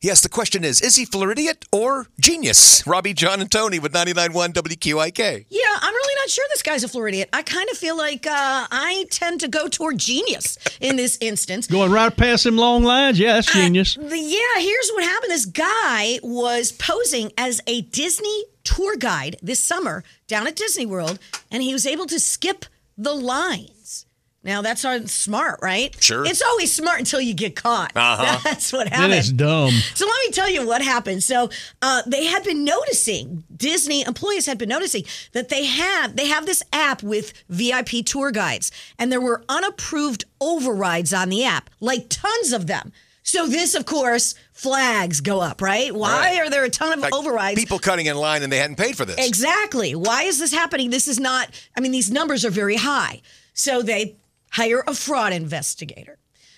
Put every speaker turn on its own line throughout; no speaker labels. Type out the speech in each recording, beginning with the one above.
Yes, the question is, is he Floridiot or genius? Robbie, John, and Tony with 99.1 WQIK.
Yeah, I'm really not sure this guy's a Floridian. I kind of feel like uh, I tend to go toward genius in this instance.
Going right past them long lines. Yeah, that's genius.
The- yeah, here's what happened. This guy was posing as a Disney tour guide this summer down at Disney World, and he was able to skip the lines. Now that's our- smart, right?
Sure.
It's always smart until you get caught.
Uh-huh.
That's what
That
happened.
is dumb.
So let me tell you what happened. So uh, they had been noticing Disney employees had been noticing that they have they have this app with VIP tour guides, and there were unapproved overrides on the app, like tons of them. So this, of course, flags go up, right? Why
Right.
are there a ton of
Like,
overrides?
People cutting in line and they hadn't paid for this.
Exactly. Why is this happening? This is not, I mean, these numbers are very high. So they hire a fraud investigator.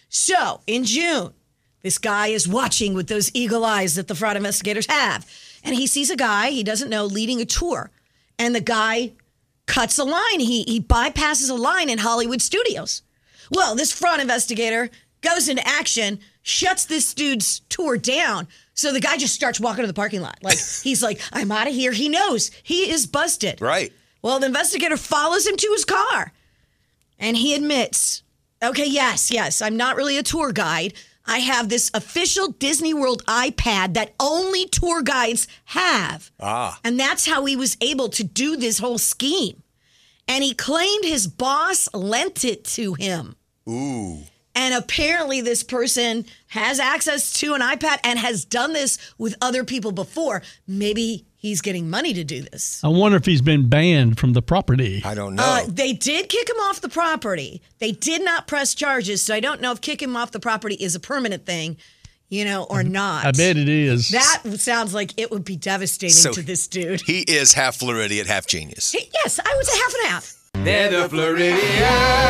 So in June, this guy is watching with those eagle eyes that the fraud investigators have. And he sees a guy he doesn't know leading a tour. And the guy cuts a line. He, he bypasses a line in Hollywood studios. Well, this fraud investigator goes into action, shuts this dude's tour down. So the guy just starts walking to the parking lot. Like he's like, I'm out of here. He knows he is busted.
Right.
Well, the investigator follows him to his car and he admits, okay, yes, yes, I'm not really a tour guide. I have this official Disney World iPad that only tour guides have. Ah. And that's how he was able to do this whole scheme. And he claimed his boss lent it to him.
Ooh.
And apparently, this person has access to an iPad and has done this with other people before. Maybe he's getting money to do this.
I wonder if he's been banned from the property.
I don't know.
Uh, they did kick him off the property. They did not press charges, so I don't know if kicking him off the property is a permanent thing, you know, or not.
Mm-hmm. I bet it is.
that sounds like it would be devastating
So-
to this dude.
he is half Floridian, half genius.
Yes, I was a half and half.
They're the Floridians.